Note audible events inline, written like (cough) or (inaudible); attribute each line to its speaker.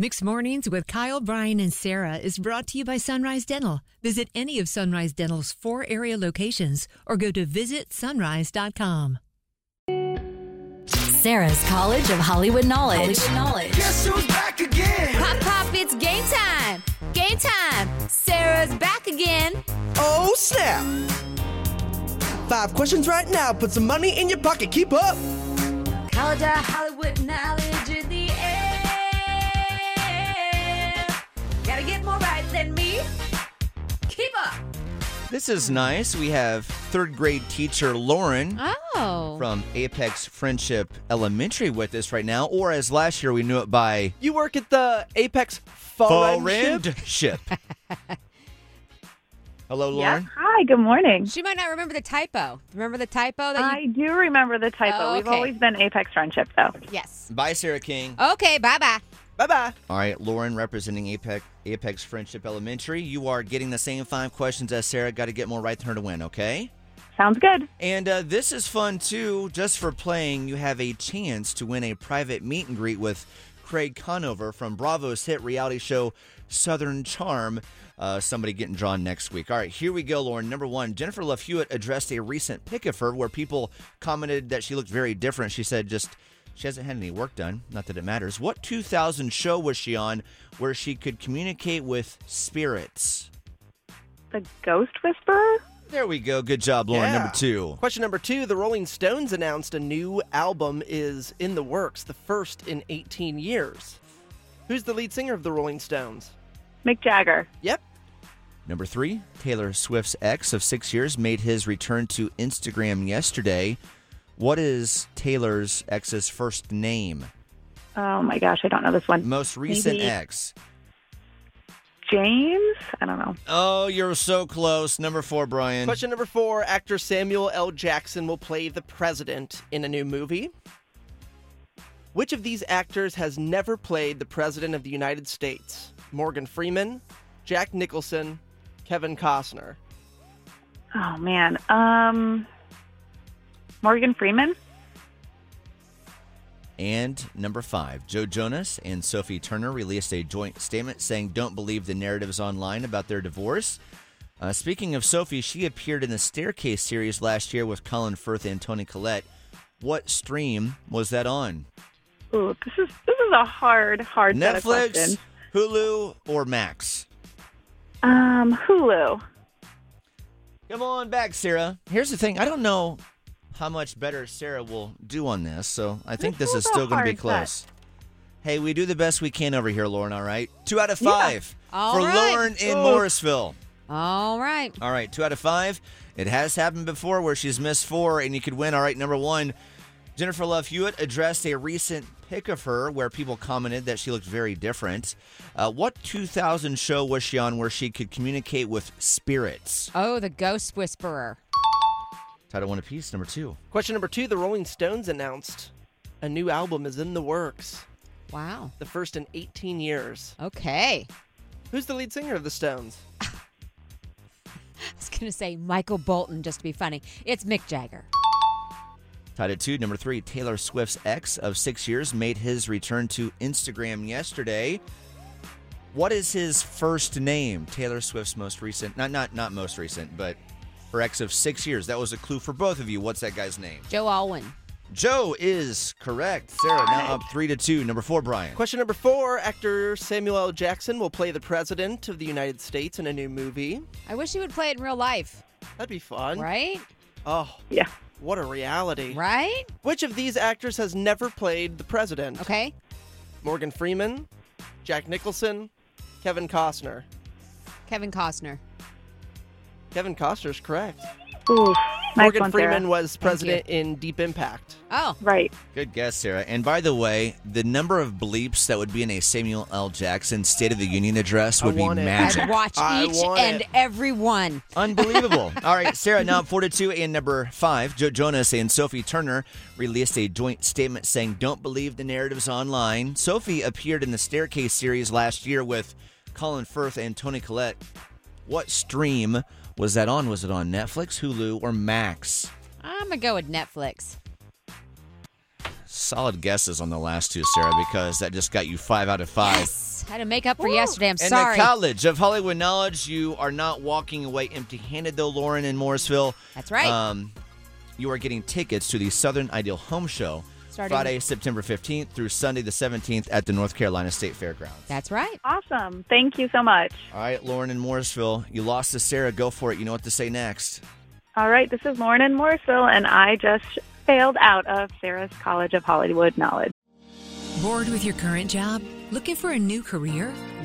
Speaker 1: Mixed Mornings with Kyle, Brian, and Sarah is brought to you by Sunrise Dental. Visit any of Sunrise Dental's four area locations or go to visitsunrise.com.
Speaker 2: Sarah's College of Hollywood Knowledge.
Speaker 3: Guess who's back again?
Speaker 2: Pop, pop, it's game time. Game time. Sarah's back again.
Speaker 3: Oh, snap. Five questions right now. Put some money in your pocket. Keep up.
Speaker 2: College of Hollywood Knowledge in the air. Gotta get more right than me. Keep up.
Speaker 4: This is nice. We have third grade teacher Lauren
Speaker 2: Oh.
Speaker 4: from Apex Friendship Elementary with us right now, or as last year we knew it by
Speaker 5: You work at the Apex Foreign ship?
Speaker 4: Friendship. Hello,
Speaker 6: Yes.
Speaker 4: Lauren.
Speaker 6: Hi, good morning.
Speaker 2: She might not remember the typo. Remember the typo that you.
Speaker 6: I do remember the typo.
Speaker 2: Oh,
Speaker 6: We've
Speaker 2: okay.
Speaker 6: always been Apex Friendship, though.
Speaker 2: Yes.
Speaker 4: Bye, Sarah King.
Speaker 2: Okay, bye bye.
Speaker 5: Bye bye.
Speaker 4: All right, Lauren representing Apex Apex Friendship Elementary. You are getting the same five questions as Sarah. Got to get more right than her to win, okay?
Speaker 6: Sounds good.
Speaker 4: And uh, this is fun too. Just for playing, you have a chance to win a private meet and greet with Craig Conover from Bravo's hit reality show Southern Charm. Uh, somebody getting drawn next week. All right, here we go, Lauren. Number one, Jennifer Love Hewitt addressed a recent pic of her where people commented that she looked very different. She said, just she hasn't had any work done. Not that it matters. What 2000 show was she on where she could communicate with spirits?
Speaker 6: The Ghost Whisperer?
Speaker 4: There we go. Good job, Lauren. Number two.
Speaker 5: Question number two The Rolling Stones announced a new album is in the works, the first in 18 years. Who's the lead singer of the Rolling Stones?
Speaker 6: Mick Jagger.
Speaker 5: Yep.
Speaker 4: Number three, Taylor Swift's ex of six years made his return to Instagram yesterday. What is Taylor's ex's first name?
Speaker 6: Oh my gosh, I don't know this one.
Speaker 4: Most recent
Speaker 6: Maybe-
Speaker 4: ex.
Speaker 6: James? I don't know.
Speaker 4: Oh, you're so close. Number four, Brian.
Speaker 5: Question number four Actor Samuel L. Jackson will play the president in a new movie. Which of these actors has never played the president of the United States? Morgan Freeman, Jack Nicholson, Kevin Costner.
Speaker 6: Oh man. Um, Morgan Freeman?
Speaker 4: And number five, Joe Jonas and Sophie Turner released a joint statement saying, Don't believe the narratives online about their divorce. Uh, speaking of Sophie, she appeared in the Staircase series last year with Colin Firth and Tony Collette. What stream was that on?
Speaker 6: Ooh, this is this is a hard, hard set of
Speaker 4: Netflix,
Speaker 6: questions.
Speaker 4: Hulu, or Max?
Speaker 6: Um, Hulu.
Speaker 4: Come on back, Sarah. Here's the thing I don't know how much better Sarah will do on this, so I think this
Speaker 6: was
Speaker 4: is
Speaker 6: a
Speaker 4: still going to be
Speaker 6: hard
Speaker 4: close. Hey, we do the best we can over here, Lauren, all right? Two out of five
Speaker 2: All
Speaker 4: for
Speaker 2: right.
Speaker 4: Lauren in Morrisville.
Speaker 2: All right.
Speaker 4: All right, two out of five. It has happened before where she's missed four and you could win. All right, number one, Jennifer Love Hewitt addressed a recent pic of her where people commented that she looked very different. Uh, what 2000 show was she on where she could communicate with spirits?
Speaker 2: Oh, the ghost whisperer.
Speaker 4: Title one apiece, number two.
Speaker 5: Question number two The Rolling Stones announced a new album is in the works,
Speaker 2: Wow.
Speaker 5: the first in 18 years.
Speaker 2: Okay.
Speaker 5: Who's the lead singer of the Stones?
Speaker 2: I was going to say Michael Bolton just to be funny. It's Mick Jagger.
Speaker 4: Tied at two, number three, Taylor Swift's ex of six years made his return to Instagram yesterday. What is his first name? Taylor Swift's most recent, not not not most recent, but her ex of six years. That was a clue for both of you. What's that guy's name?
Speaker 2: Joe Alwyn.
Speaker 4: Joe is correct. Sarah now up three to two. Number four, Brian.
Speaker 5: Question number four Actor Samuel L. Jackson will play the president of the United States in a new movie.
Speaker 2: I wish he would play it in real life.
Speaker 5: That'd be fun.
Speaker 2: Right?
Speaker 5: Oh,
Speaker 6: Yeah.
Speaker 5: what a reality.
Speaker 2: Right?
Speaker 5: Which of these actors has never played the president?
Speaker 2: Okay.
Speaker 5: Morgan Freeman, Jack Nicholson, Kevin Costner.
Speaker 2: Kevin Costner.
Speaker 5: Kevin Costner's correct.
Speaker 6: Ooh, nice
Speaker 5: Morgan
Speaker 6: one, Sarah.
Speaker 5: Freeman was president in Deep Impact.
Speaker 2: Oh,
Speaker 6: Right.
Speaker 4: Good guess, Sarah. And by the way, the number of bleeps that would be in a Samuel L. Jackson State of the Union address
Speaker 5: I
Speaker 4: would be
Speaker 5: want it. (laughs)
Speaker 4: magic.
Speaker 2: I'd watch
Speaker 5: I
Speaker 2: each
Speaker 5: want
Speaker 2: and
Speaker 5: it.
Speaker 2: every one.
Speaker 4: Unbelievable. (laughs) All right, Sarah, now four to two and number five. Joe Jonas and Sophie Turner released a joint statement saying, Don't believe the narratives online. Sophie appeared in the Staircase series last year with Colin Firth and Tony Collette. What stream was that on? Was it on Netflix, Hulu, or Max?
Speaker 2: I'm going to go with Netflix.
Speaker 4: Solid guesses on the last two, Sarah, because that just got you five out of five.
Speaker 2: Yes. Had to make up for yesterday. I'm
Speaker 4: In
Speaker 2: sorry.
Speaker 4: the College of Hollywood Knowledge, you are not walking away empty handed, though, Lauren in Morrisville.
Speaker 2: That's right.
Speaker 4: Um, you are getting tickets to the Southern Ideal Home Show
Speaker 2: Starting-
Speaker 4: Friday, September 15th through Sunday, the 17th at the North Carolina State Fairgrounds.
Speaker 2: That's right.
Speaker 6: Awesome. Thank you so much.
Speaker 4: All right, Lauren in Morrisville, you lost to Sarah. Go for it. You know what to say next.
Speaker 6: All right, this is Lauren in Morrisville, and I just failed out of Sarah's College of Hollywood Knowledge.
Speaker 1: Bored with your current job? Looking for a new career